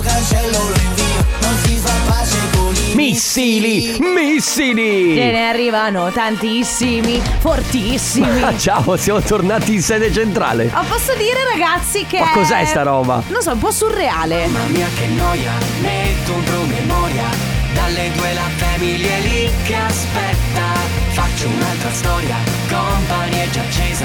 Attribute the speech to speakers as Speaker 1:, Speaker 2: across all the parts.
Speaker 1: cancello l'invio, non si fa pace con i
Speaker 2: Missili, missili!
Speaker 3: Ce ne arrivano tantissimi, fortissimi.
Speaker 2: Ah, ciao, siamo tornati in sede centrale.
Speaker 3: Ma posso dire, ragazzi, che.
Speaker 2: Ma cos'è sta roba?
Speaker 3: Non so, un po' surreale.
Speaker 1: Mamma mia che noia, metto un promemoria Dalle due la famiglia è lì che aspetta Faccio un'altra storia, company è già accesa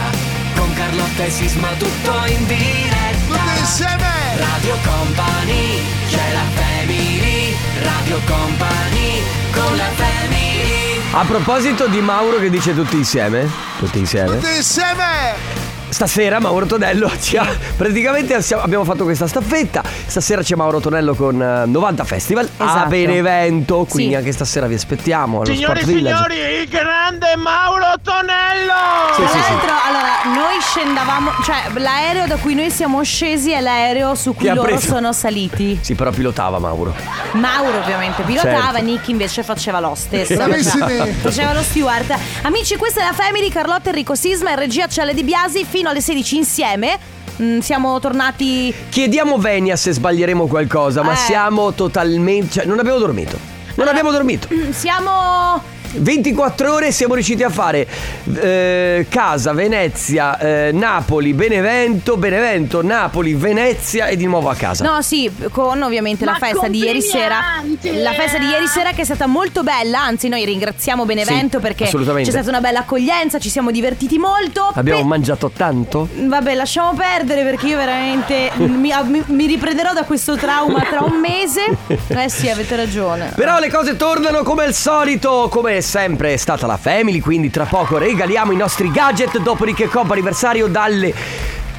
Speaker 1: Con Carlotta e Sisma tutto in diretta Tutti insieme! Radio Company, c'è la family Radio Company, con la family
Speaker 2: A proposito di Mauro che dice tutti insieme, tutti insieme. Tutti insieme! Stasera Mauro Tonello ci ha praticamente siamo- abbiamo fatto questa staffetta. Stasera c'è Mauro Tonello con eh, 90 Festival a
Speaker 3: Esatto.
Speaker 2: Benevento, quindi
Speaker 3: Sì.
Speaker 2: anche stasera vi aspettiamo allo
Speaker 4: Signore e
Speaker 2: Sport Village.
Speaker 4: signori, il grande Mauro Tonello!
Speaker 2: Sì,
Speaker 3: Tra
Speaker 2: sì, sì.
Speaker 3: l'altro, allora, noi scendavamo, cioè l'aereo da cui noi siamo scesi è l'aereo su cui
Speaker 2: Che ha
Speaker 3: loro
Speaker 2: preso.
Speaker 3: sono saliti.
Speaker 2: Sì, però pilotava Mauro.
Speaker 3: Mauro ovviamente pilotava,
Speaker 2: Certo.
Speaker 3: Nick invece faceva lo stesso.
Speaker 5: Bravissimi.
Speaker 3: Faceva lo steward. Amici, questa è la Family, Carlotta, Enrico Sisma e regia Ciale Di Biasi fino alle 16 insieme. Mm, siamo tornati
Speaker 2: Chiediamo venia se sbaglieremo qualcosa, ma
Speaker 3: Eh.
Speaker 2: siamo totalmente. Cioè, non abbiamo dormito. Non abbiamo dormito.
Speaker 3: mm, Siamo
Speaker 2: 24 ore siamo riusciti a fare eh, Casa, Venezia, eh, Napoli, Benevento, Benevento, Napoli, Venezia e di nuovo a casa.
Speaker 3: No sì con ovviamente la
Speaker 6: Ma
Speaker 3: festa di ieri sera
Speaker 6: complimenti! eh.
Speaker 3: La festa di ieri sera che è stata molto bella Anzi noi ringraziamo Benevento
Speaker 2: Sì,
Speaker 3: perché
Speaker 2: assolutamente.
Speaker 3: C'è stata una bella accoglienza Ci siamo divertiti molto
Speaker 2: Abbiamo
Speaker 3: Pe-
Speaker 2: mangiato tanto?
Speaker 3: Vabbè, lasciamo perdere perché io veramente mi, ah, mi- mi riprenderò da questo trauma tra un mese. Eh sì, avete ragione.
Speaker 2: Però le cose tornano come al solito, come sempre è stata la Family, quindi tra poco regaliamo i nostri gadget, dopodiché Coppa anniversario dalle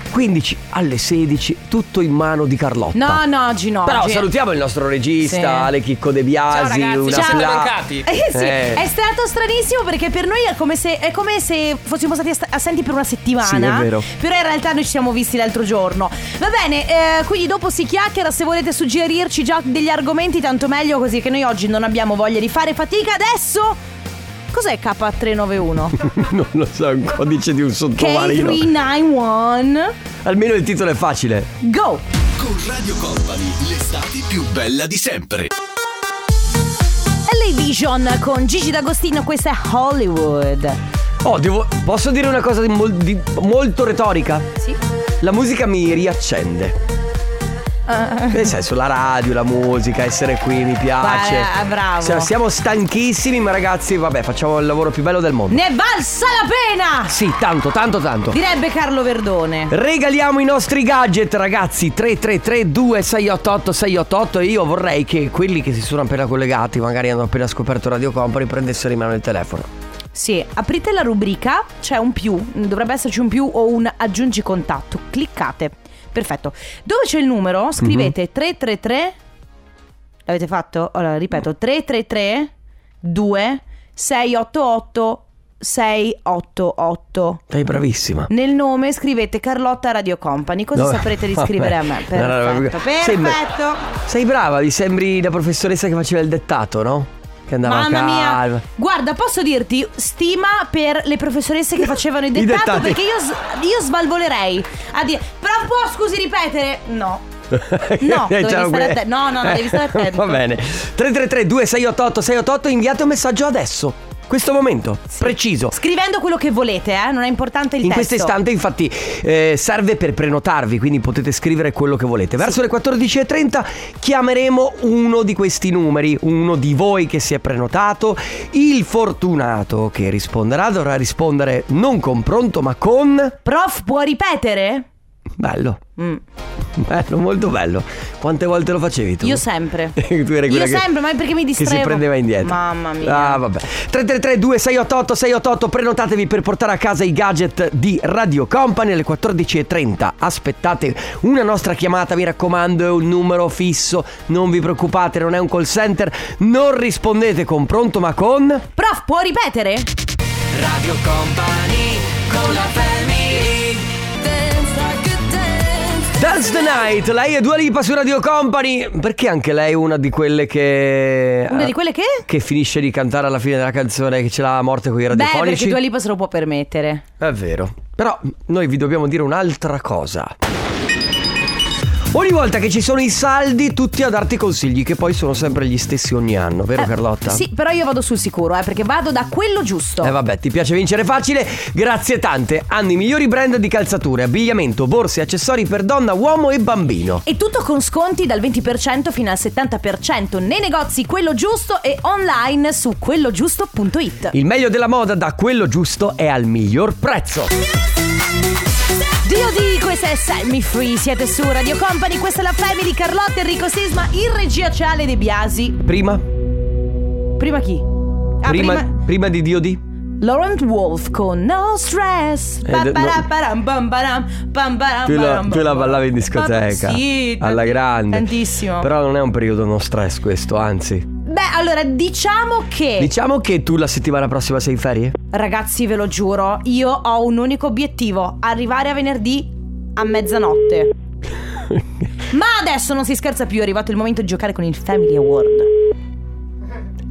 Speaker 2: 15 alle 16, tutto in mano di Carlotta.
Speaker 3: No, no, oggi no.
Speaker 2: Però
Speaker 3: oggi-
Speaker 2: salutiamo il nostro regista,
Speaker 3: Sì.
Speaker 2: Ale Chicco De Biasi, una
Speaker 3: Ciao.
Speaker 2: fla-
Speaker 3: Eh sì,
Speaker 2: Eh.
Speaker 3: è stato stranissimo perché per noi è come se, è come se fossimo stati ast- assenti per una settimana.
Speaker 2: Sì, è vero.
Speaker 3: Però in realtà noi ci siamo visti l'altro giorno. Va bene, eh, quindi dopo si chiacchiera. Se volete suggerirci già degli argomenti, tanto meglio così che noi oggi non abbiamo voglia di fare fatica. Adesso. Cos'è K391?
Speaker 2: Non lo so, è un codice di un sottomarino.
Speaker 3: K391
Speaker 2: Almeno il titolo è facile.
Speaker 3: Go!
Speaker 7: Con Radio Company, l'estate più bella di sempre.
Speaker 3: LA Vision con Gigi D'Agostino, questa è Hollywood.
Speaker 2: Oh, devo- posso dire una cosa di mol- di- molto retorica?
Speaker 3: Sì.
Speaker 2: La musica mi riaccende.
Speaker 3: Ah.
Speaker 2: Nel senso, la radio, la musica, essere qui mi piace.
Speaker 3: Guarda, ah, bravo.
Speaker 2: Cioè, siamo stanchissimi, ma ragazzi, vabbè, facciamo il lavoro più bello del mondo.
Speaker 3: Ne è valsa la pena!
Speaker 2: Sì, tanto, tanto, tanto.
Speaker 3: Direbbe Carlo Verdone.
Speaker 2: Regaliamo i nostri gadget ragazzi 333 2688 688 Io vorrei che quelli che si sono appena collegati Magari hanno appena scoperto Radio Company Prendessero in mano il telefono
Speaker 3: Sì, aprite la rubrica, c'è un più, dovrebbe esserci un più o un aggiungi contatto. Cliccate. Perfetto. Dove c'è il
Speaker 2: Mhm.
Speaker 3: numero? Scrivete 333 L'avete fatto? Allora, ripeto, 333 2 688 688.
Speaker 2: Sei bravissima
Speaker 3: Nel nome scrivete Carlotta Radio Company, così
Speaker 2: No,
Speaker 3: saprete di scrivere a me.
Speaker 2: vabbè. No, no, no,
Speaker 3: Perfetto,
Speaker 2: vabbè. Sembra-
Speaker 3: perfetto.
Speaker 2: Sei brava, mi sembri la professoressa che faceva il dettato, no? Che andava
Speaker 3: Mamma
Speaker 2: a calma
Speaker 3: mia, guarda, posso dirti stima per le professoresse che facevano il
Speaker 2: I
Speaker 3: dettato
Speaker 2: dettati.
Speaker 3: perché io, s- io svalvolerei a dire, però può scusi ripetere? No. No,
Speaker 2: Eh,
Speaker 3: devi
Speaker 2: ciao,
Speaker 3: stare
Speaker 2: que-
Speaker 3: atten- no, no, no, devi stare attento.
Speaker 2: Va bene 333 2688 688 Inviate un messaggio adesso Questo momento Preciso
Speaker 3: Scrivendo quello che volete, eh, non è importante il
Speaker 2: In
Speaker 3: testo.
Speaker 2: questo istante infatti eh, serve per prenotarvi, quindi potete scrivere quello che volete. Verso le 14.30 chiameremo uno di questi numeri, uno di voi che si è prenotato. Il fortunato che risponderà dovrà rispondere non con pronto ma con...
Speaker 3: Prof, può ripetere?
Speaker 2: Bello.
Speaker 3: Mm,
Speaker 2: Bello, molto bello. Quante volte lo facevi tu?
Speaker 3: Io sempre.
Speaker 2: Tu eri quella
Speaker 3: Io
Speaker 2: che-
Speaker 3: sempre, ma perché mi distraevo.
Speaker 2: Che si prendeva indietro.
Speaker 3: Mamma mia.
Speaker 2: Ah, vabbè. 333 2688 688 prenotatevi per portare a casa i gadget di Radio Company alle 14:30. Aspettate una nostra chiamata, mi raccomando, è un numero fisso, non vi preoccupate, non è un call center. Non rispondete con pronto, ma con
Speaker 3: Prof, può ripetere?
Speaker 1: Radio Company, con la family
Speaker 2: Dance the Night. Lei è Dua Lipa su Radio Company. Perché anche lei è una di quelle che
Speaker 3: Una di quelle che?
Speaker 2: che finisce di cantare alla fine della canzone che ce l'ha a morte con i
Speaker 3: Beh,
Speaker 2: radiofonici.
Speaker 3: perché Dua Lipa se lo può permettere.
Speaker 2: È vero. Però noi vi dobbiamo dire un'altra cosa. Ogni volta che ci sono i saldi, tutti a darti consigli, che poi sono sempre gli stessi ogni anno, vero
Speaker 3: Eh,
Speaker 2: Carlotta?
Speaker 3: Sì, però io vado sul sicuro, eh, perché vado da quello giusto.
Speaker 2: Eh vabbè, ti piace vincere facile? Grazie tante. Hanno i migliori brand di calzature, abbigliamento, borse, accessori per donna, uomo e bambino.
Speaker 3: E tutto con sconti dal 20% fino al 70% nei negozi Quello Giusto e online su quellogiusto.it.
Speaker 2: Il meglio della moda da quello giusto è al miglior prezzo.
Speaker 3: Dio di, questa è Set Me Free, siete su Radio Company, questa è la Family, Carlotta, Enrico Sisma, in regia c'è Ale De Biasi.
Speaker 2: Prima?
Speaker 3: Ah, Prima chi? Ah,
Speaker 2: prima, prima di Dio di?
Speaker 3: Laurent Wolf con No Stress.
Speaker 2: Eh, de-
Speaker 3: Paparaparam, bam baram, bam baram,
Speaker 2: Tu la,
Speaker 3: baram,
Speaker 2: tu la ballavi in
Speaker 3: bam.
Speaker 2: discoteca.
Speaker 3: Sì,
Speaker 2: alla
Speaker 3: tanti-
Speaker 2: grande.
Speaker 3: Tantissimo.
Speaker 2: Però non è un periodo no stress questo, anzi.
Speaker 3: Beh, allora diciamo che.
Speaker 2: Diciamo che tu la settimana prossima sei in ferie?
Speaker 3: Ragazzi, ve lo giuro, io ho un unico obiettivo: arrivare a venerdì a mezzanotte. Ma adesso non si scherza più, è arrivato il momento di giocare con il Family Award.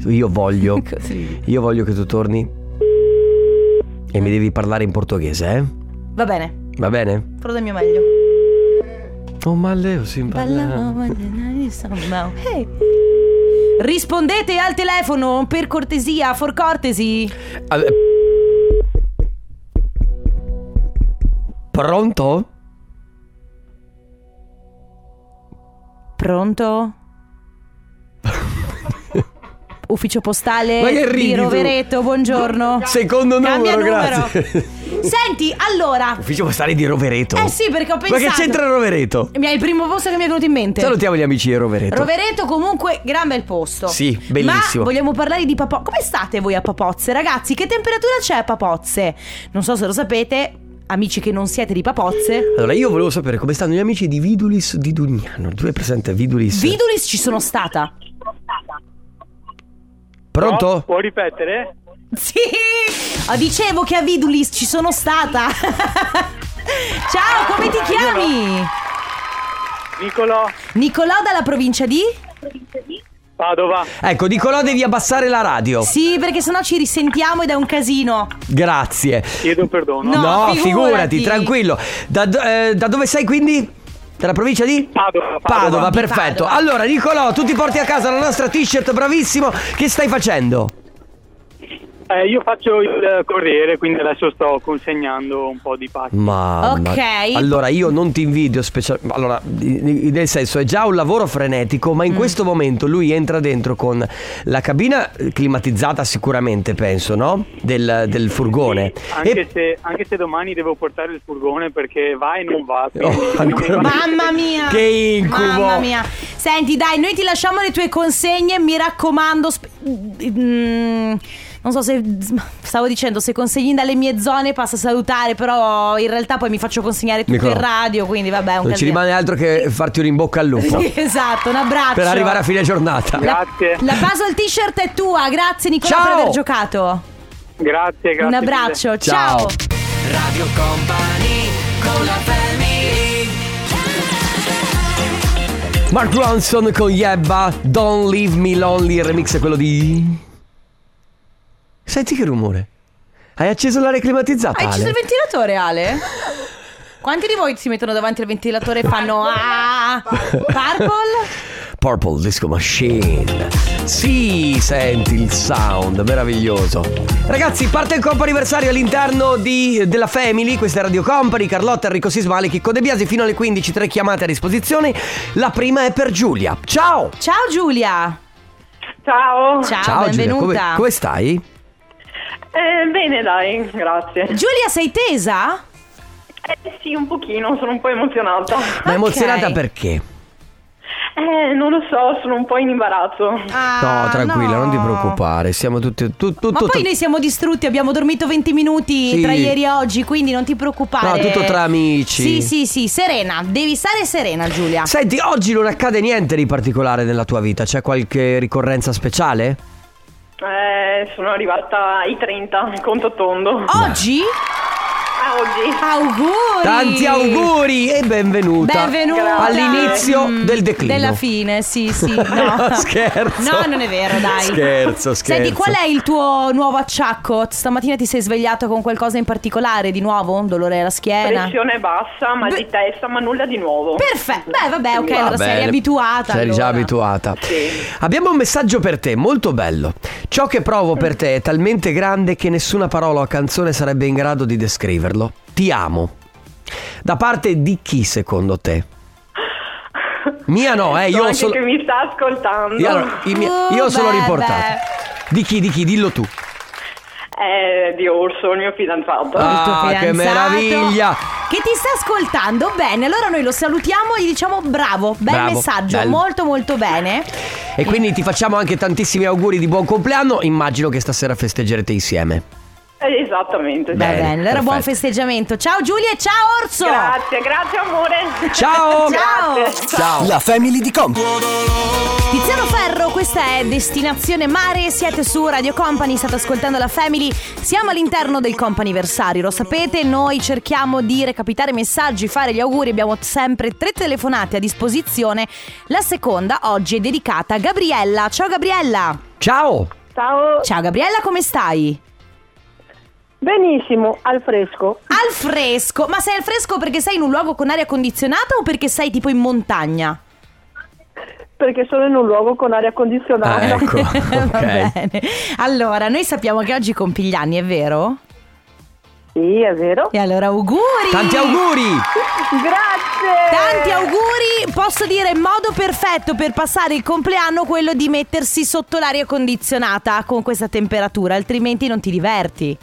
Speaker 2: Io voglio.
Speaker 3: Così.
Speaker 2: Io voglio che tu torni. E mi devi parlare in portoghese, eh?
Speaker 3: Va bene,
Speaker 2: Va bene?
Speaker 3: farò del mio meglio.
Speaker 2: Oh, ma Leo si
Speaker 3: Bella,
Speaker 2: impara.
Speaker 3: somehow. Hey. Rispondete al telefono, per cortesia, for cortesi.
Speaker 2: Ah, eh. Pronto?
Speaker 3: Pronto? Ufficio postale
Speaker 2: Ma che ridi
Speaker 3: di
Speaker 2: tu?
Speaker 3: Rovereto, buongiorno.
Speaker 2: Secondo numero,
Speaker 3: Cambia numero.
Speaker 2: grazie.
Speaker 3: Senti, allora.
Speaker 2: Ufficio postale di Rovereto.
Speaker 3: Eh sì, perché ho pensato.
Speaker 2: Ma che c'entra Rovereto?
Speaker 3: Mi è il primo posto che mi è venuto in mente.
Speaker 2: Salutiamo gli amici di Rovereto.
Speaker 3: Rovereto comunque gran bel posto.
Speaker 2: Sì, bellissimo.
Speaker 3: Ma vogliamo parlare di Papozze. Come state voi a Papozze, ragazzi? Che temperatura c'è a Papozze? Non so se lo sapete, amici che non siete di Papozze.
Speaker 2: Allora, io volevo sapere come stanno gli amici di Vidulis di Dugnano. Tu hai presente Vidulis?
Speaker 3: Vidulis ci sono stata.
Speaker 2: Pronto?
Speaker 5: Può ripetere?
Speaker 3: Sì, Ah, dicevo che a Vidulis ci sono stata. Ciao, come ti chiami?
Speaker 5: Nicolò
Speaker 3: Nicolò dalla provincia di?
Speaker 5: Padova.
Speaker 2: Ecco, Nicolò, devi abbassare la radio.
Speaker 3: Sì, perché sennò ci risentiamo ed è un casino.
Speaker 2: Grazie.
Speaker 5: Chiedo perdono.
Speaker 3: No,
Speaker 2: figurati,
Speaker 3: figurati,
Speaker 2: tranquillo. Da, do- eh, da dove sei quindi? Dalla provincia di?
Speaker 5: Padova, Padova.
Speaker 2: Padova,
Speaker 3: Di
Speaker 2: perfetto.
Speaker 3: Padova.
Speaker 2: Allora, Nicolò, tu ti porti a casa la nostra t-shirt, bravissimo. Che stai facendo?
Speaker 5: Eh, io faccio il corriere, quindi adesso sto consegnando un po' di pacchi.
Speaker 2: Ma
Speaker 3: Ok.
Speaker 2: Allora, io non ti invidio special... Allora, i- i- nel senso, è già un lavoro frenetico, ma in questo momento lui entra dentro con la cabina climatizzata sicuramente, penso, no? Del, del furgone.
Speaker 5: Anche,
Speaker 2: E-
Speaker 5: se, anche se domani devo portare il furgone perché va e non va. quindi-
Speaker 2: Oh, ancora-
Speaker 3: Mamma mia!
Speaker 2: Che incubo!
Speaker 3: Mamma mia! Senti, dai, noi ti lasciamo le tue consegne, mi raccomando. sp- mm, non so se stavo dicendo se consegni dalle mie zone passa a salutare, però in realtà poi mi faccio consegnare tutto
Speaker 2: Nicolò,
Speaker 3: in radio, quindi vabbè, è un
Speaker 2: Non ci
Speaker 3: casino.
Speaker 2: rimane altro che farti un in bocca al lupo
Speaker 3: Sì, esatto, un abbraccio.
Speaker 2: per arrivare a fine giornata.
Speaker 5: Grazie,
Speaker 3: La puzzle t-shirt è tua, grazie Nicola
Speaker 2: Ciao.
Speaker 3: per aver giocato.
Speaker 5: grazie, grazie.
Speaker 3: Un
Speaker 5: mille.
Speaker 3: abbraccio,
Speaker 2: Ciao.
Speaker 3: ciao.
Speaker 1: Radio Company con la family
Speaker 2: Mark Ronson con Yebba, Don't Leave Me Lonely, il remix è quello di... Senti che rumore? Hai acceso l'aria climatizzata?
Speaker 3: Hai ucciso
Speaker 2: Ale?
Speaker 3: il ventilatore, Ale? Quanti di voi si mettono davanti al ventilatore e fanno ah, Purple?
Speaker 2: Purple Disco Machine. Sì, senti il sound, meraviglioso. Ragazzi, parte il compo anniversario all'interno di- della Family, questa è Radio Company, Carlotta, Enrico Sismale, Chicco De Biasi, fino alle 15, tre chiamate a disposizione. La prima è per Giulia. Ciao!
Speaker 3: Ciao Giulia.
Speaker 6: Ciao.
Speaker 3: Ciao,
Speaker 2: Giulia,
Speaker 3: Ah, benvenuta.
Speaker 2: come, come stai?
Speaker 6: Eh, bene, dai, grazie.
Speaker 3: Giulia, sei tesa?
Speaker 6: Eh, sì, un pochino, sono un po' emozionata.
Speaker 2: Ma
Speaker 3: Ok.
Speaker 2: emozionata perché?
Speaker 6: Eh, non lo so, sono un po' in imbarazzo.
Speaker 3: Ah,
Speaker 2: no, tranquilla, non ti preoccupare, siamo tutti tu- tu-
Speaker 3: Ma
Speaker 2: tutto-
Speaker 3: poi noi siamo distrutti, abbiamo dormito 20 minuti
Speaker 2: Sì.
Speaker 3: tra ieri e oggi, quindi non ti preoccupare.
Speaker 2: No, tutto tra amici.
Speaker 3: Sì, sì, sì, serena, devi stare serena Giulia.
Speaker 2: Senti, oggi non accade niente di particolare nella tua vita, c'è qualche ricorrenza speciale?
Speaker 6: Eh, sono arrivata ai 30, conto tondo.
Speaker 3: Oggi?
Speaker 6: a oggi.
Speaker 3: Auguri!
Speaker 2: Tanti auguri e benvenuta.
Speaker 3: Benvenuta
Speaker 2: All'inizio
Speaker 3: Mm,
Speaker 2: del declino.
Speaker 3: Della fine, sì, sì. No.
Speaker 2: scherzo.
Speaker 3: No, non è vero, dai.
Speaker 2: Scherzo, scherzo.
Speaker 3: Senti, qual è il tuo nuovo acciacco? Stamattina ti sei svegliato con qualcosa in particolare di nuovo? Un dolore alla schiena?
Speaker 6: Pressione bassa, mal
Speaker 3: Eh, Beh.
Speaker 6: di testa, ma nulla di nuovo.
Speaker 3: Perfetto. Beh, vabbè, ok,
Speaker 6: Va
Speaker 3: allora sei
Speaker 2: bene.
Speaker 3: abituata.
Speaker 2: Sei già
Speaker 3: allora.
Speaker 2: abituata.
Speaker 6: Sì.
Speaker 2: Abbiamo un messaggio per te, molto bello. Ciò che provo per te è talmente grande che nessuna parola o canzone sarebbe in grado di descriverlo. Ti amo. Da parte di chi secondo te? Mia no, eh,
Speaker 6: So
Speaker 2: io ho
Speaker 6: anche
Speaker 2: solo
Speaker 6: che mi sta ascoltando.
Speaker 2: Io, allora, i miei- io ho solo
Speaker 3: Vabbè.
Speaker 2: riportato. Di chi, di chi, dillo tu.
Speaker 6: Eh, di Orso, il mio fidanzato.
Speaker 2: Ah.
Speaker 3: Il tuo
Speaker 2: che
Speaker 3: fidanzato
Speaker 2: meraviglia.
Speaker 3: Che ti sta ascoltando bene, allora noi lo salutiamo e gli diciamo bravo, bel
Speaker 2: Bravo,
Speaker 3: messaggio,
Speaker 2: bello.
Speaker 3: molto molto bene.
Speaker 2: E quindi ti facciamo anche tantissimi auguri di buon compleanno. Immagino che stasera festeggerete insieme.
Speaker 6: Eh, esattamente. sì.
Speaker 3: Va bene, allora
Speaker 2: perfetto.
Speaker 3: buon festeggiamento. Ciao Giulia e ciao Orso!
Speaker 6: Grazie, grazie amore.
Speaker 2: Ciao!
Speaker 3: Ciao!
Speaker 2: Ciao!
Speaker 7: La family di Company.
Speaker 3: Tiziano Ferro, questa è Destinazione Mare, siete su Radio Company, state ascoltando la Family, siamo all'interno del Companiversario, lo sapete, noi cerchiamo di recapitare messaggi, fare gli auguri, abbiamo sempre tre telefonate a disposizione, la seconda oggi è dedicata a Gabriella, ciao Gabriella!
Speaker 2: Ciao!
Speaker 8: Ciao,
Speaker 3: Ciao Gabriella, come stai?
Speaker 8: benissimo, al fresco.
Speaker 3: Al fresco, ma sei al fresco perché sei in un luogo con aria condizionata o perché sei tipo in montagna?
Speaker 8: Perché sono in un luogo con aria
Speaker 2: Ah,
Speaker 8: condizionata.
Speaker 2: ecco,
Speaker 3: Va
Speaker 2: ok.
Speaker 3: bene. Allora, noi sappiamo che oggi compi gli anni, è vero?
Speaker 8: Sì, è vero.
Speaker 3: E allora auguri!
Speaker 2: Tanti auguri!
Speaker 8: Grazie.
Speaker 3: Tanti auguri, posso dire il modo perfetto per passare il compleanno quello di mettersi sotto l'aria condizionata con questa temperatura, altrimenti non ti diverti.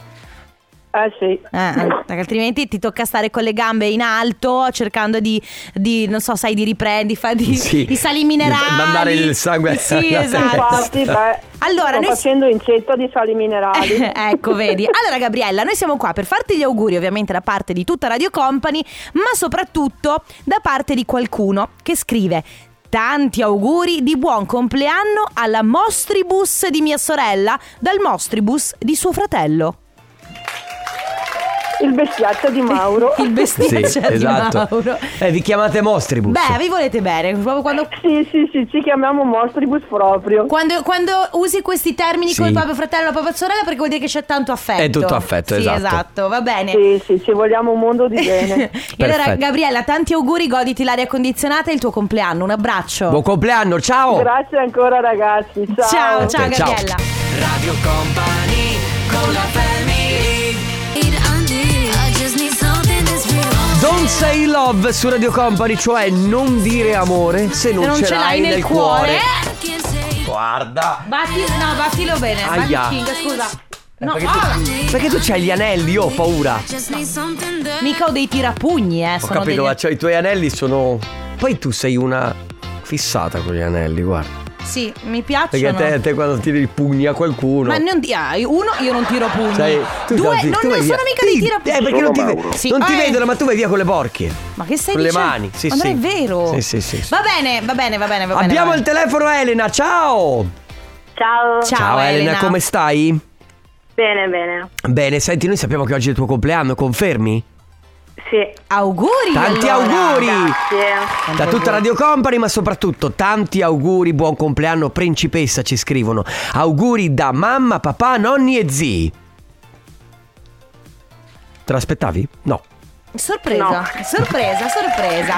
Speaker 8: Eh sì.
Speaker 3: Eh, eh, perché altrimenti ti tocca stare con le gambe in alto cercando di, di, non so, sai, di riprendi, fa di,
Speaker 2: Sì.
Speaker 3: i sali minerali.
Speaker 2: Di mandare il sangue
Speaker 3: Sì,
Speaker 2: alla
Speaker 3: esatto.
Speaker 2: testa.
Speaker 8: Infatti, beh,
Speaker 3: Allora,
Speaker 8: sto
Speaker 3: noi-
Speaker 8: facendo incetta di sali minerali.
Speaker 3: ecco, vedi. Allora, Gabriella, noi siamo qua per farti gli auguri, ovviamente, da parte di tutta Radio Company, ma soprattutto da parte di qualcuno che scrive. Tanti auguri di buon compleanno alla Mostribus di mia sorella, dal Mostribus di suo fratello.
Speaker 8: Il bestiaccio di Mauro.
Speaker 3: Il
Speaker 2: Sì,
Speaker 3: bestiaccio di
Speaker 2: esatto.
Speaker 3: Mauro.
Speaker 2: Eh, vi chiamate Mostribus.
Speaker 3: Beh, vi volete bene. proprio Quando,
Speaker 8: Sì, sì, sì, ci chiamiamo Mostribus proprio.
Speaker 3: quando- quando usi questi termini
Speaker 2: Sì.
Speaker 3: con il proprio fratello e la propria sorella, perché vuol dire che c'è tanto affetto.
Speaker 2: È tutto affetto,
Speaker 3: Sì,
Speaker 2: esatto.
Speaker 3: va bene.
Speaker 8: Sì, sì, ci vogliamo un mondo di bene.
Speaker 3: E allora
Speaker 2: Perfetto.
Speaker 3: Gabriella, tanti auguri, goditi l'aria condizionata e il tuo compleanno. Un abbraccio.
Speaker 2: Buon compleanno, ciao!
Speaker 8: Grazie ancora ragazzi.
Speaker 3: ciao, ciao,
Speaker 2: ciao.
Speaker 3: Gabriella.
Speaker 1: Radio Company con la family
Speaker 2: Don't say love su Radio Company, cioè non dire amore se non,
Speaker 3: Se non ce l'hai nel cuore.
Speaker 2: Eh, Guarda!
Speaker 3: Batti, no, battilo bene.
Speaker 2: Aia. Eh,
Speaker 3: Batti King, scusa. No,
Speaker 2: perché
Speaker 3: ah,
Speaker 2: Perché tu c'hai gli anelli, io ho paura.
Speaker 3: mica ho dei tirapugni, eh.
Speaker 2: Ho
Speaker 3: sono
Speaker 2: capito,
Speaker 3: degli-
Speaker 2: ma cioè, i tuoi anelli sono. Poi tu sei una fissata con gli anelli, guarda.
Speaker 3: Sì, mi
Speaker 2: Perché
Speaker 3: piacciono.
Speaker 2: te, te quando tiri i pugni a qualcuno.
Speaker 3: Ma non ti- ah, uno, io non tiro pugni.
Speaker 2: sai, tu
Speaker 3: Due,
Speaker 2: tanti-
Speaker 3: non,
Speaker 2: tu
Speaker 3: non
Speaker 2: vai
Speaker 3: sono
Speaker 2: via.
Speaker 3: mica dei
Speaker 2: Sì,
Speaker 3: tirapugni.
Speaker 2: Eh, perché non ti,
Speaker 3: Sì,
Speaker 2: non ti
Speaker 3: eh.
Speaker 2: vedono, ma tu vai via con le porche.
Speaker 3: Ma che stai
Speaker 2: Con le
Speaker 3: dicendo?
Speaker 2: mani, sì,
Speaker 3: ma non
Speaker 2: sì.
Speaker 3: è vero.
Speaker 2: Sì, sì, sì, sì.
Speaker 3: Va bene, va bene, va bene, va bene.
Speaker 2: Abbiamo
Speaker 3: va
Speaker 2: il
Speaker 3: bene.
Speaker 2: telefono Elena, ciao!
Speaker 8: Ciao.
Speaker 3: Ciao, Elena.
Speaker 2: come stai?
Speaker 8: Bene, bene.
Speaker 2: Bene, senti, noi sappiamo che oggi è il tuo compleanno, confermi?
Speaker 8: Sì.
Speaker 3: Auguri.
Speaker 2: Tanti
Speaker 3: allora.
Speaker 2: auguri!
Speaker 3: Tanti
Speaker 2: Da tutta
Speaker 3: auguri.
Speaker 2: Radio Company, ma soprattutto tanti auguri, buon compleanno, principessa, ci scrivono. Auguri da mamma, papà, nonni e zii. Te l'aspettavi? No.
Speaker 3: Sorpresa, sorpresa, sorpresa.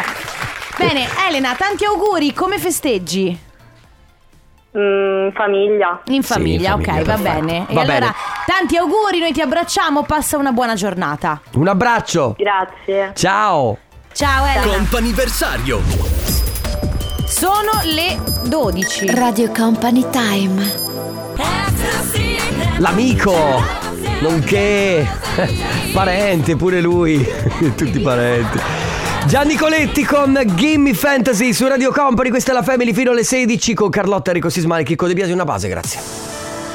Speaker 3: Bene, Elena, tanti auguri, come festeggi?
Speaker 8: Mm, famiglia.
Speaker 3: In famiglia,
Speaker 2: famiglia,
Speaker 3: ok, va
Speaker 2: perfetto.
Speaker 3: bene. E
Speaker 2: Va
Speaker 3: allora,
Speaker 2: bene.
Speaker 3: tanti auguri, noi ti abbracciamo, passa una buona giornata.
Speaker 2: Un abbraccio!
Speaker 8: Grazie.
Speaker 2: Ciao!
Speaker 3: Ciao Elena,
Speaker 7: Comp'anniversario.
Speaker 3: sono le 12.
Speaker 9: Radio Company Time.
Speaker 2: L'amico! Nonché! Parente pure lui! Tutti parenti! Gianni Coletti con Gimme Fantasy su Radio Company, questa è la Family fino alle 16 con Carlotta Enrico Sismani, Chicco De Biasi, una base, grazie.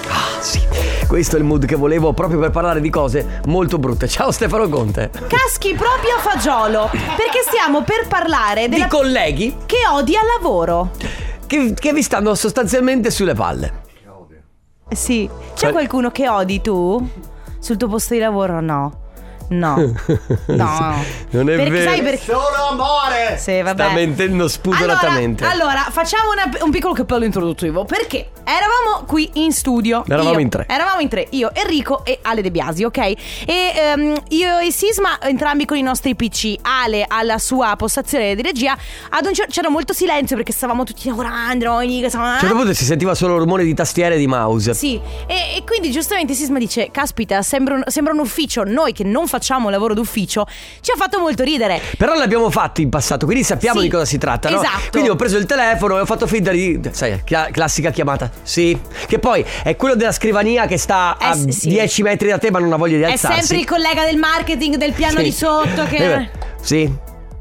Speaker 2: Ah sì, questo è il mood che volevo proprio per parlare di cose molto brutte. Ciao Stefano Conte.
Speaker 3: Caschi proprio a fagiolo, perché stiamo per parlare
Speaker 2: Di
Speaker 3: della
Speaker 2: colleghi
Speaker 3: che odi al lavoro.
Speaker 2: che, che vi stanno sostanzialmente sulle palle.
Speaker 3: Eh Sì, c'è
Speaker 2: Quel- Cioè-
Speaker 3: qualcuno che odi tu sul tuo posto di lavoro o no? No, no.
Speaker 2: Non è
Speaker 3: Perché-
Speaker 2: vero.
Speaker 3: Sai perché?
Speaker 10: Solo amore!
Speaker 3: Sì, vabbè.
Speaker 2: Sta mentendo spudoratamente.
Speaker 3: Allora, allora, facciamo una- un piccolo cappello introduttivo. Perché eravamo qui in studio.
Speaker 2: Eravamo
Speaker 3: io-
Speaker 2: in tre.
Speaker 3: Eravamo in tre, io, Enrico e Ale De Biasi, ok? E ehm, io e Sisma, entrambi con i nostri PC. Ale alla sua postazione di regia. Ad un cer- c'era molto silenzio perché stavamo tutti lavorando. no?
Speaker 2: A
Speaker 3: Ogni-
Speaker 2: un certo punto si sentiva solo il rumore di tastiere e di mouse.
Speaker 3: Sì, e, e quindi giustamente Sisma dice: Caspita, sembra un, sembra un ufficio. Noi che non facciamo lavoro d'ufficio, ci ha fatto molto ridere.
Speaker 2: Però l'abbiamo fatto in passato, quindi sappiamo
Speaker 3: Sì,
Speaker 2: di cosa si tratta, no?
Speaker 3: esatto.
Speaker 2: Quindi ho preso il telefono e ho fatto finta di. Sai, chia- classica chiamata. Sì. Che poi è quello della scrivania che sta a
Speaker 3: Eh, sì, sì.
Speaker 2: 10 metri da te, ma non ha voglia di
Speaker 3: È
Speaker 2: alzarsi.
Speaker 3: sempre il collega del marketing del piano
Speaker 2: Eh, Sì.
Speaker 3: di sotto che. Mm.
Speaker 2: Eh, beh, Sì.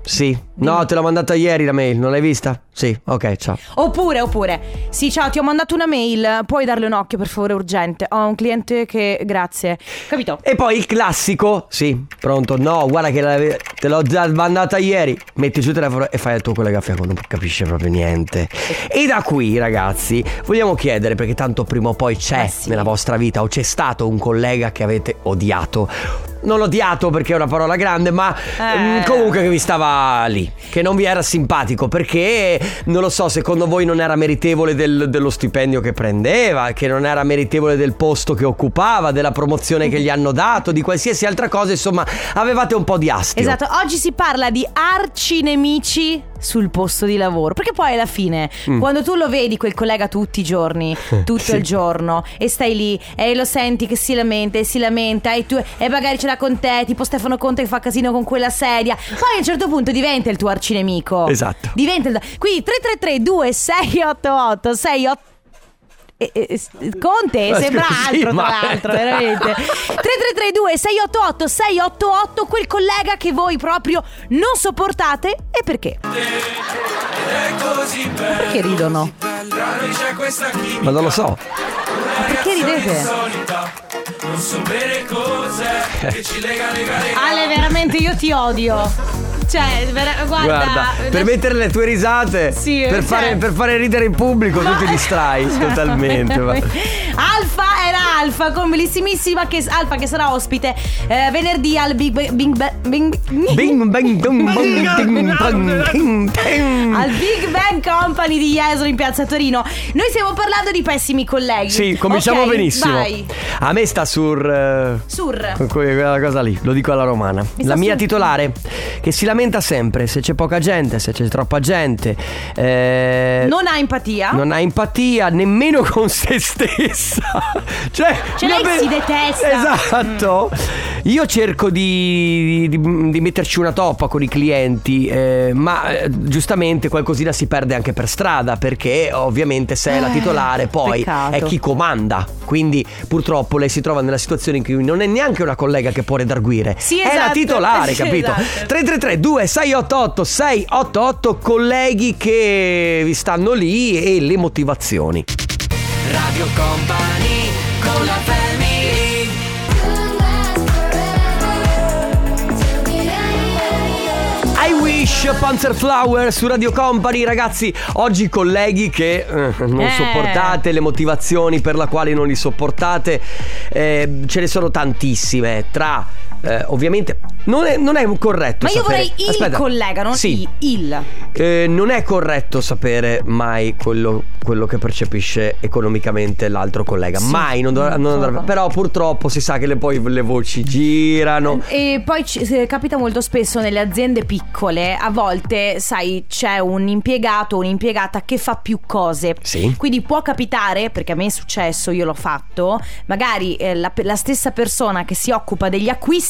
Speaker 2: Sì. No, te l'ho mandata ieri la mail, non l'hai vista? Sì, ok, ciao.
Speaker 3: Oppure, oppure, sì, ciao, ti ho mandato una mail, puoi darle un occhio per favore, urgente. Ho un cliente che. Grazie. Capito?
Speaker 2: E poi il classico, sì, pronto, no, guarda che la- te l'ho già mandata ieri. Metti giù il telefono e fai il tuo collega a fianco, non capisce proprio niente. E da qui, ragazzi, vogliamo chiedere, perché tanto prima o poi c'è
Speaker 3: Ma Eh sì.
Speaker 2: nella vostra vita o c'è stato un collega che avete odiato. Non odiato perché è una parola grande, ma
Speaker 3: Eh.
Speaker 2: mm, comunque che vi stava lì, che non vi era simpatico perché non lo so, secondo voi non era meritevole del- dello stipendio che prendeva, che non era meritevole del posto che occupava, della promozione che gli hanno dato, di qualsiasi altra cosa, insomma, avevate un po' di astio.
Speaker 3: Esatto, oggi si parla di arcinemici sul posto di lavoro. Perché poi alla fine, quando tu lo vedi quel collega tutti i giorni, tutto
Speaker 2: Mm. Sì.
Speaker 3: il giorno, e stai lì e lo senti che si lamenta e si lamenta, e, tu, e magari ce l'ha con te, tipo Stefano Conte che fa casino con quella sedia. Poi a un certo punto diventa il tuo arcinemico.
Speaker 2: Esatto.
Speaker 3: Diventa il. Quindi 333 2688 68 e- e- s- Conte
Speaker 2: Ma
Speaker 3: sembra
Speaker 2: scusi,
Speaker 3: altro
Speaker 2: ma-
Speaker 3: tra l'altro, veramente. 3332 688 688 quel collega che voi proprio non sopportate e perché? Perché ridono?
Speaker 2: Ma non lo so.
Speaker 3: Ma Perché ridete?
Speaker 2: Eh.
Speaker 3: Ale, veramente io ti odio. Cioè, vera- guarda,
Speaker 2: Guarda, per mettere le tue risate,
Speaker 3: Sì,
Speaker 2: per,
Speaker 3: cioè-
Speaker 2: fare, per fare ridere il pubblico, tu ti distrai totalmente. va.
Speaker 3: Alfa era Alfa con bellissimissima che, Alfa che sarà ospite eh, venerdì al Big Bang Bing Bang- Bing-
Speaker 2: Bing, bang, dum, bang, ding, bang, ding, bang.
Speaker 3: al Big Bang Company di Jesolo in piazza Torino. Noi stiamo parlando di pessimi colleghi.
Speaker 2: Sì, cominciamo
Speaker 3: Ok,
Speaker 2: benissimo.
Speaker 3: Vai.
Speaker 2: A me sta sur. eh,
Speaker 3: Sur.
Speaker 2: Con que- quella cosa lì, lo dico alla romana.
Speaker 3: sta
Speaker 2: la mia
Speaker 3: sul-
Speaker 2: titolare che si lamenta sempre se c'è poca gente, se c'è troppa gente. eh,
Speaker 3: Non ha empatia.
Speaker 2: non ha empatia nemmeno con se stessa. cioè,
Speaker 3: Cioè,
Speaker 2: mi ha
Speaker 3: lei si detesta. Mm.
Speaker 2: Esatto. Io cerco di, di- di metterci una toppa con i clienti, eh, ma eh, giustamente qualcosina si perde anche per strada perché ovviamente se è la
Speaker 3: Eh,
Speaker 2: titolare poi
Speaker 3: peccato.
Speaker 2: è chi comanda. Quindi purtroppo lei si trova nella situazione in cui non è neanche una collega che può redarguire.
Speaker 3: Sì,
Speaker 2: È la
Speaker 3: esatto.
Speaker 2: titolare,
Speaker 3: Sì,
Speaker 2: capito?
Speaker 3: esatto.
Speaker 2: 333 2688 688 colleghi che vi stanno lì e le motivazioni.
Speaker 1: Radio Company con la family
Speaker 2: I wish Panzer Flower su Radio Company, ragazzi. Oggi colleghi che eh, non
Speaker 3: Eh.
Speaker 2: sopportate, le motivazioni per le quali non li sopportate, eh, ce ne sono tantissime. Tra eh, ovviamente non è, non è corretto.
Speaker 3: Ma io
Speaker 2: sapere-
Speaker 3: vorrei il
Speaker 2: Aspetta.
Speaker 3: collega, non
Speaker 2: sì.
Speaker 3: i- il.
Speaker 2: Eh, non è corretto sapere mai quello, quello che percepisce economicamente l'altro collega.
Speaker 3: Sì.
Speaker 2: Mai, non dov- non
Speaker 3: No,
Speaker 2: dovrebbe-
Speaker 3: no.
Speaker 2: Però purtroppo si sa che le, poi le voci girano.
Speaker 3: E poi ci- se- capita molto spesso nelle aziende piccole, a volte, sai, c'è un impiegato o un'impiegata che fa più cose.
Speaker 2: Sì.
Speaker 3: Quindi può capitare, perché a me è successo, io l'ho fatto, magari eh, la, la stessa persona che si occupa degli acquisti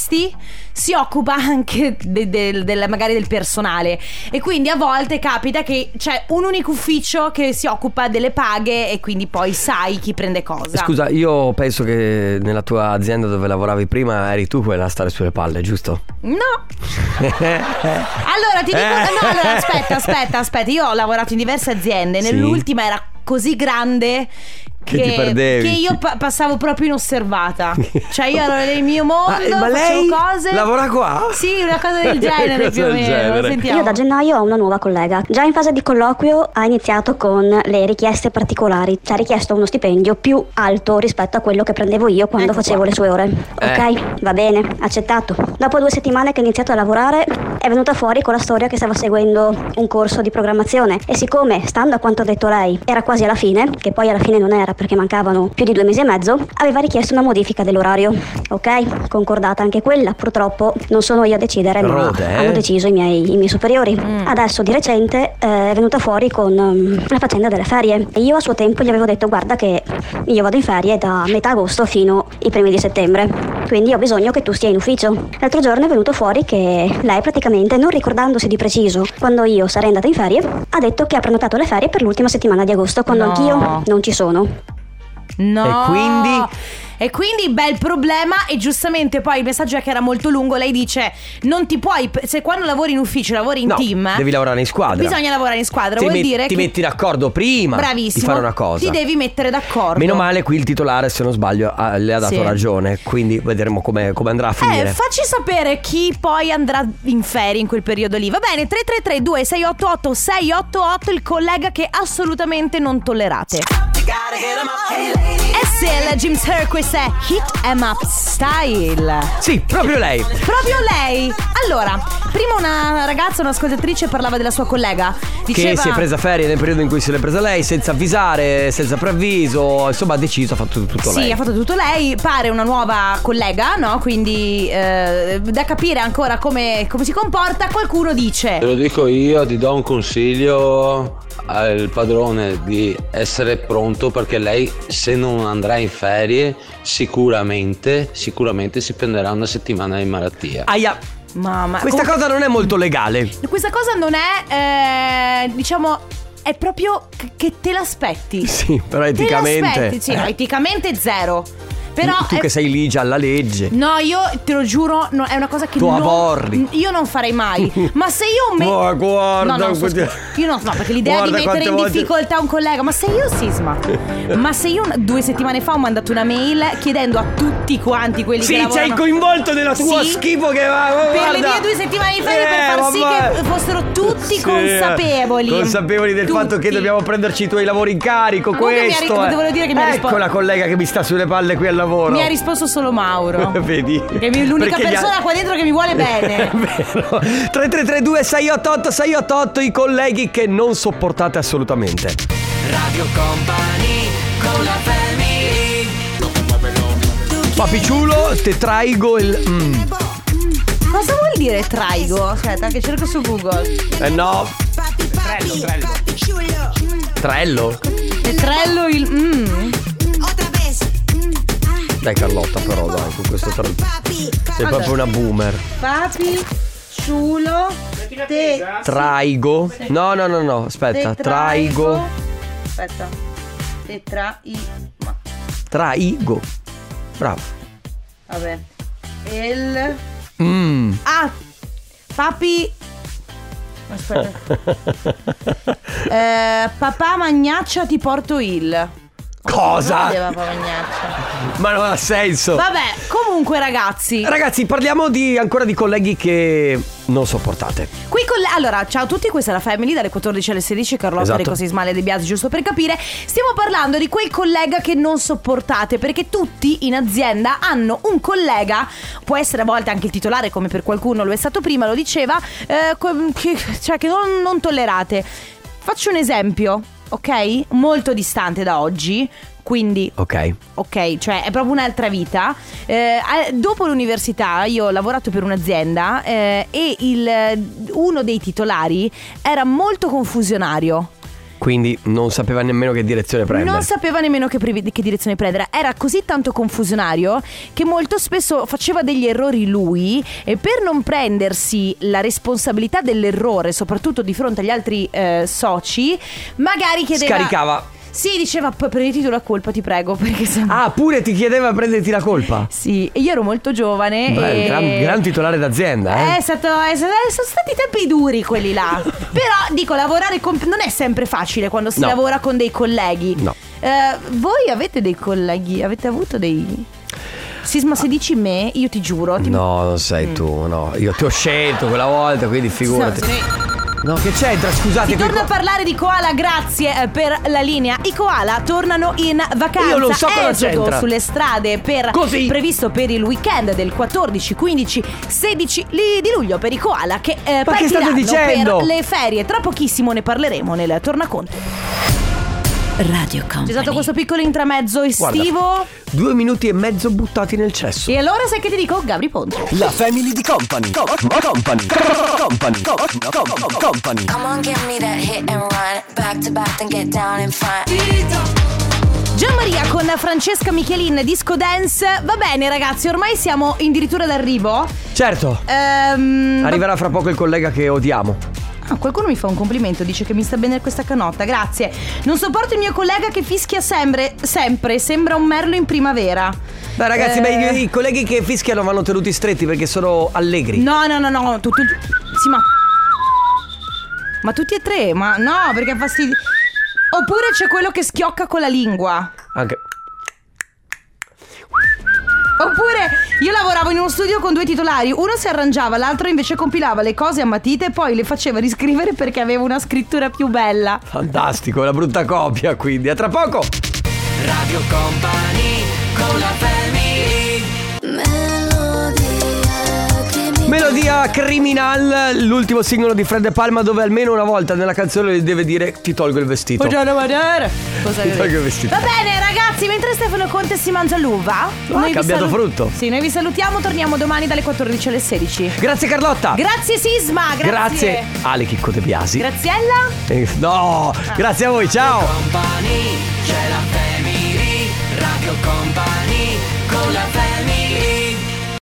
Speaker 3: si occupa anche de- del- del- magari del personale. E quindi a volte capita che c'è un unico ufficio che si occupa delle paghe e quindi poi sai chi prende cosa.
Speaker 2: Scusa, io penso che nella tua azienda dove lavoravi prima eri tu quella a stare sulle palle, giusto? Eh?
Speaker 3: No. Allora ti dico no, allora, aspetta, aspetta, aspetta. Io ho lavorato in diverse aziende,
Speaker 2: Sì.
Speaker 3: nell'ultima era così grande
Speaker 2: Che ti perdevi.
Speaker 3: che io pa- passavo proprio inosservata. Cioè, io ero nel mio mondo,
Speaker 2: Ma- Ah, eh, ma
Speaker 3: facevo
Speaker 2: lei
Speaker 3: cose.
Speaker 2: lavora qua?
Speaker 3: Sì, una cosa del
Speaker 2: Cosa
Speaker 3: genere più o
Speaker 2: del
Speaker 3: meno.
Speaker 2: genere.
Speaker 3: Sentiamo.
Speaker 10: Io da gennaio ho una nuova collega. Già in fase di colloquio ha iniziato con le richieste particolari. Ci ha richiesto uno stipendio più alto rispetto a quello che prendevo io quando
Speaker 3: Ecco
Speaker 10: facevo
Speaker 3: qua.
Speaker 10: le sue ore.
Speaker 2: Eh.
Speaker 10: Ok, va bene, accettato. Dopo due settimane che ha iniziato a lavorare è venuta fuori con la storia che stava seguendo un corso di programmazione e siccome, stando a quanto ha detto lei, era quasi alla fine, che poi alla fine non era perché mancavano più di due mesi e mezzo, aveva richiesto una modifica dell'orario. Ok, concordata anche quella. Purtroppo non sono io a decidere, ma
Speaker 2: Rode, eh?
Speaker 10: hanno deciso deciso i miei, i miei superiori. Adesso di recente eh, è venuta fuori con ehm, la faccenda delle ferie e io a suo tempo gli avevo detto guarda che io vado in ferie da metà agosto fino ai primi di settembre, quindi ho bisogno che tu stia in ufficio. L'altro giorno è venuto fuori che lei praticamente non ricordandosi di preciso quando io sarei andata in ferie ha detto che ha prenotato le ferie per l'ultima settimana di agosto quando
Speaker 3: No.
Speaker 10: anch'io non ci sono.
Speaker 3: No.
Speaker 2: E quindi?
Speaker 3: E quindi bel problema e giustamente poi il messaggio è che era molto lungo, lei dice non ti puoi, se quando lavori in ufficio, lavori in
Speaker 2: No,
Speaker 3: team,
Speaker 2: devi lavorare in squadra.
Speaker 3: bisogna lavorare in squadra,
Speaker 2: Ti
Speaker 3: vuol
Speaker 2: met-
Speaker 3: dire
Speaker 2: ti
Speaker 3: che-
Speaker 2: metti d'accordo prima
Speaker 3: Bravissimo,
Speaker 2: di fare una cosa.
Speaker 3: ti devi mettere d'accordo.
Speaker 2: Meno male qui il titolare, se non sbaglio, ha- le ha dato
Speaker 3: Sì.
Speaker 2: ragione, quindi vedremo come, come andrà a
Speaker 3: Eh,
Speaker 2: finire.
Speaker 3: facci sapere chi poi andrà in ferie in quel periodo lì. Va bene, 3332 688 688 il collega che assolutamente non tollerate. SL James Her, questa è Hit Em Up Style.
Speaker 2: Sì, proprio lei.
Speaker 3: Proprio lei. Allora, prima una ragazza, un'ascoltatrice parlava della sua collega. Diceva
Speaker 2: Che si è presa ferie nel periodo in cui se l'è presa lei, senza avvisare, senza preavviso, insomma ha deciso, ha fatto tutto
Speaker 3: Sì,
Speaker 2: lei.
Speaker 3: ha fatto tutto lei, pare una nuova collega, no? Quindi eh, da capire ancora come, come si comporta. Qualcuno dice...
Speaker 11: Te lo dico io, ti do un consiglio al padrone di essere pronto perché lei se non andrà in ferie sicuramente, sicuramente si prenderà una settimana di malattia.
Speaker 2: Aia,
Speaker 3: Mamma,
Speaker 2: questa
Speaker 3: com-
Speaker 2: cosa non è molto legale.
Speaker 3: questa cosa non è, eh, diciamo, è proprio c- che te l'aspetti.
Speaker 2: Sì, però
Speaker 3: Te
Speaker 2: eticamente. Eh,
Speaker 3: l'aspetti, sì, no, eticamente zero. Però
Speaker 2: tu
Speaker 3: è-
Speaker 2: che sei lì già alla legge.
Speaker 3: No, io te lo giuro, no, è una cosa che
Speaker 2: Tu
Speaker 3: non,
Speaker 2: aborri.
Speaker 3: Io non farei mai. Ma se io me-
Speaker 2: Ma guarda,
Speaker 3: no, no, sto
Speaker 2: guarda-
Speaker 3: scher- io no, no, perché l'idea
Speaker 2: Guarda
Speaker 3: di mettere
Speaker 2: quante
Speaker 3: in
Speaker 2: volte-
Speaker 3: difficoltà un collega, ma se io sisma. ma se io due settimane fa ho mandato una mail chiedendo a tutti quanti quelli
Speaker 2: Sì,
Speaker 3: che
Speaker 2: ci hai
Speaker 3: lavorano
Speaker 2: coinvolto nella tua
Speaker 3: Sì.
Speaker 2: schifo che va. va,
Speaker 3: per le
Speaker 2: guarda.
Speaker 3: mie due settimane di ferie
Speaker 2: Eh,
Speaker 3: per far sì
Speaker 2: vabbè.
Speaker 3: che fossero tutti
Speaker 2: Sì, eh,
Speaker 3: consapevoli.
Speaker 2: Consapevoli del fatto che
Speaker 3: Tutti.
Speaker 2: dobbiamo prenderci i tuoi lavori in carico.
Speaker 3: Comunque mi ha
Speaker 2: questo.
Speaker 3: ri-
Speaker 2: eh.
Speaker 3: volevo dire che mi ha rispo-
Speaker 2: Ecco la collega che mi sta sulle palle qui al lavoro.
Speaker 3: Mi ha risposto solo Mauro.
Speaker 2: Vedi?
Speaker 3: Che è l'unica
Speaker 2: Perché gli
Speaker 3: persona
Speaker 2: al-
Speaker 3: qua dentro che mi vuole bene.
Speaker 2: È vero. 3332 688 688 i colleghi che non sopportate assolutamente.
Speaker 1: Radio Company con la family
Speaker 2: Papicciulo, tetraigo il mm.
Speaker 3: Cosa vuol dire traigo? Aspetta, che cerco su Google.
Speaker 2: Eh no. Trello?
Speaker 3: Petrello il. Mm.
Speaker 2: Dai Carlotta però dai, con questo trello. Sei proprio una boomer.
Speaker 3: Papi, ciulo, te.
Speaker 2: Traigo? No, no, no, no, aspetta, traigo.
Speaker 3: Aspetta. Te tra i. Ma.
Speaker 2: Traigo. Bravo.
Speaker 3: Vabbè. El.
Speaker 2: Mm.
Speaker 3: Ah! Papi. Aspetta. Eh, papà Magnaccia ti porto il.
Speaker 2: Cosa? Oh.
Speaker 3: Non voleva papà Magnaccia.
Speaker 2: Ma non ha senso.
Speaker 3: Vabbè, comunque ragazzi.
Speaker 2: Ragazzi, parliamo di, ancora di colleghi che non sopportate.
Speaker 3: Qui con le- Allora, ciao a tutti, questa è la Family dalle 14 alle 16, Carlotta
Speaker 2: Esatto.
Speaker 3: Enrico Sismale De Biasi, giusto per capire. Stiamo parlando di quel collega che non sopportate, perché tutti in azienda hanno un collega, può essere a volte anche il titolare, come per qualcuno lo è stato prima, lo diceva, eh, co- che, cioè che non, non tollerate. Faccio un esempio, ok? Molto distante da oggi, quindi
Speaker 2: Ok.
Speaker 3: Ok, cioè è proprio un'altra vita. Eh, a- dopo l'università io ho lavorato per un'azienda eh, e il- uno dei titolari era molto confusionario.
Speaker 2: Quindi non sapeva nemmeno che direzione prendere.
Speaker 3: Non sapeva nemmeno che, privi- che direzione prendere. Era così tanto confusionario che molto spesso faceva degli errori lui e per non prendersi la responsabilità dell'errore, soprattutto di fronte agli altri eh, soci, magari chiedeva...
Speaker 2: Scaricava.
Speaker 3: Sì, diceva "P- prenditi tu la colpa, ti prego, perché se no...
Speaker 2: Ah, pure ti chiedeva prenditi la colpa.
Speaker 3: Sì, e io ero molto giovane.
Speaker 2: Beh,
Speaker 3: e...
Speaker 2: gran, gran titolare d'azienda,
Speaker 3: Eh,
Speaker 2: eh.
Speaker 3: è stato, è stato- sono stati tempi duri quelli là. Però dico, lavorare con. Non è sempre facile quando si
Speaker 2: No.
Speaker 3: lavora con dei colleghi.
Speaker 2: No.
Speaker 3: Eh, voi avete dei colleghi, avete avuto dei... Sisma, se dici me, io ti giuro. Ti...
Speaker 2: Ah. No, non sei tu, no. Io ti ho scelto quella volta, quindi figurati.
Speaker 3: No, sì.
Speaker 2: No, che c'entra? Scusate,
Speaker 3: Si
Speaker 2: qui-
Speaker 3: torna a parlare di koala, grazie eh, per la linea. I koala tornano in vacanza.
Speaker 2: Io non so cosa
Speaker 3: Esodo
Speaker 2: c'entra.
Speaker 3: sulle strade per
Speaker 2: Così.
Speaker 3: previsto per il weekend del 14, 15, 16 li- di luglio per i koala che eh,
Speaker 2: Ma che state
Speaker 3: partiranno
Speaker 2: dicendo?
Speaker 3: per le ferie. Tra pochissimo ne parleremo nel tornaconto.
Speaker 9: Radio
Speaker 3: C'è stato questo piccolo intramezzo
Speaker 2: Guarda,
Speaker 3: estivo.
Speaker 2: due minuti e mezzo buttati nel cesso.
Speaker 3: E allora sai che ti dico? Gabri Ponte.
Speaker 1: La family di company. Co- Company. Company. Co- Co- Company.
Speaker 9: Come on, give me that hit and run. Back to back, then get down and front.
Speaker 3: Gianmaria con Francesca Michelin, disco dance. Va bene, ragazzi, ormai siamo addirittura d'arrivo.
Speaker 2: Certo.
Speaker 3: Ehm,
Speaker 2: Arriverà fra poco il collega che odiamo.
Speaker 3: Ah, qualcuno mi fa un complimento, dice che mi sta bene questa canotta, grazie. Non sopporto il mio collega che fischia sempre, sempre, sembra un merlo in primavera.
Speaker 2: Beh, ragazzi,
Speaker 3: Eh.
Speaker 2: beh, i, i colleghi che fischiano vanno tenuti stretti perché sono allegri.
Speaker 3: No, no, no, no, tutto. Sì, ma. Ma tutti e tre, ma no, perché fastidio. Oppure c'è quello che schiocca con la lingua.
Speaker 2: Anche.
Speaker 3: Oppure io lavoravo in uno studio con due titolari, uno si arrangiava, l'altro invece compilava le cose a matite e poi le faceva riscrivere perché aveva una scrittura più bella.
Speaker 2: Fantastico, una brutta copia, quindi. A tra poco.
Speaker 1: Radio Company con la family.
Speaker 2: Melodia Criminal, l'ultimo singolo di Fred De Palma dove almeno una volta nella canzone gli deve dire ti tolgo il vestito.
Speaker 3: Buongiorno, buongiorno. Cosa
Speaker 2: Ti tolgo il vestito.
Speaker 3: Va bene ragazzi, mentre Stefano Conte si mangia l'uva,
Speaker 2: Ah, ha cambiato frutto.
Speaker 3: Sì, noi vi salutiamo, torniamo domani dalle 14 alle 16.
Speaker 2: Grazie Carlotta.
Speaker 3: Grazie Sisma, grazie.
Speaker 2: Grazie. Ale Chicco De Biasi.
Speaker 3: Graziella.
Speaker 2: Eh, no, grazie a voi, ciao.
Speaker 1: Company, c'è la family. Radio Company.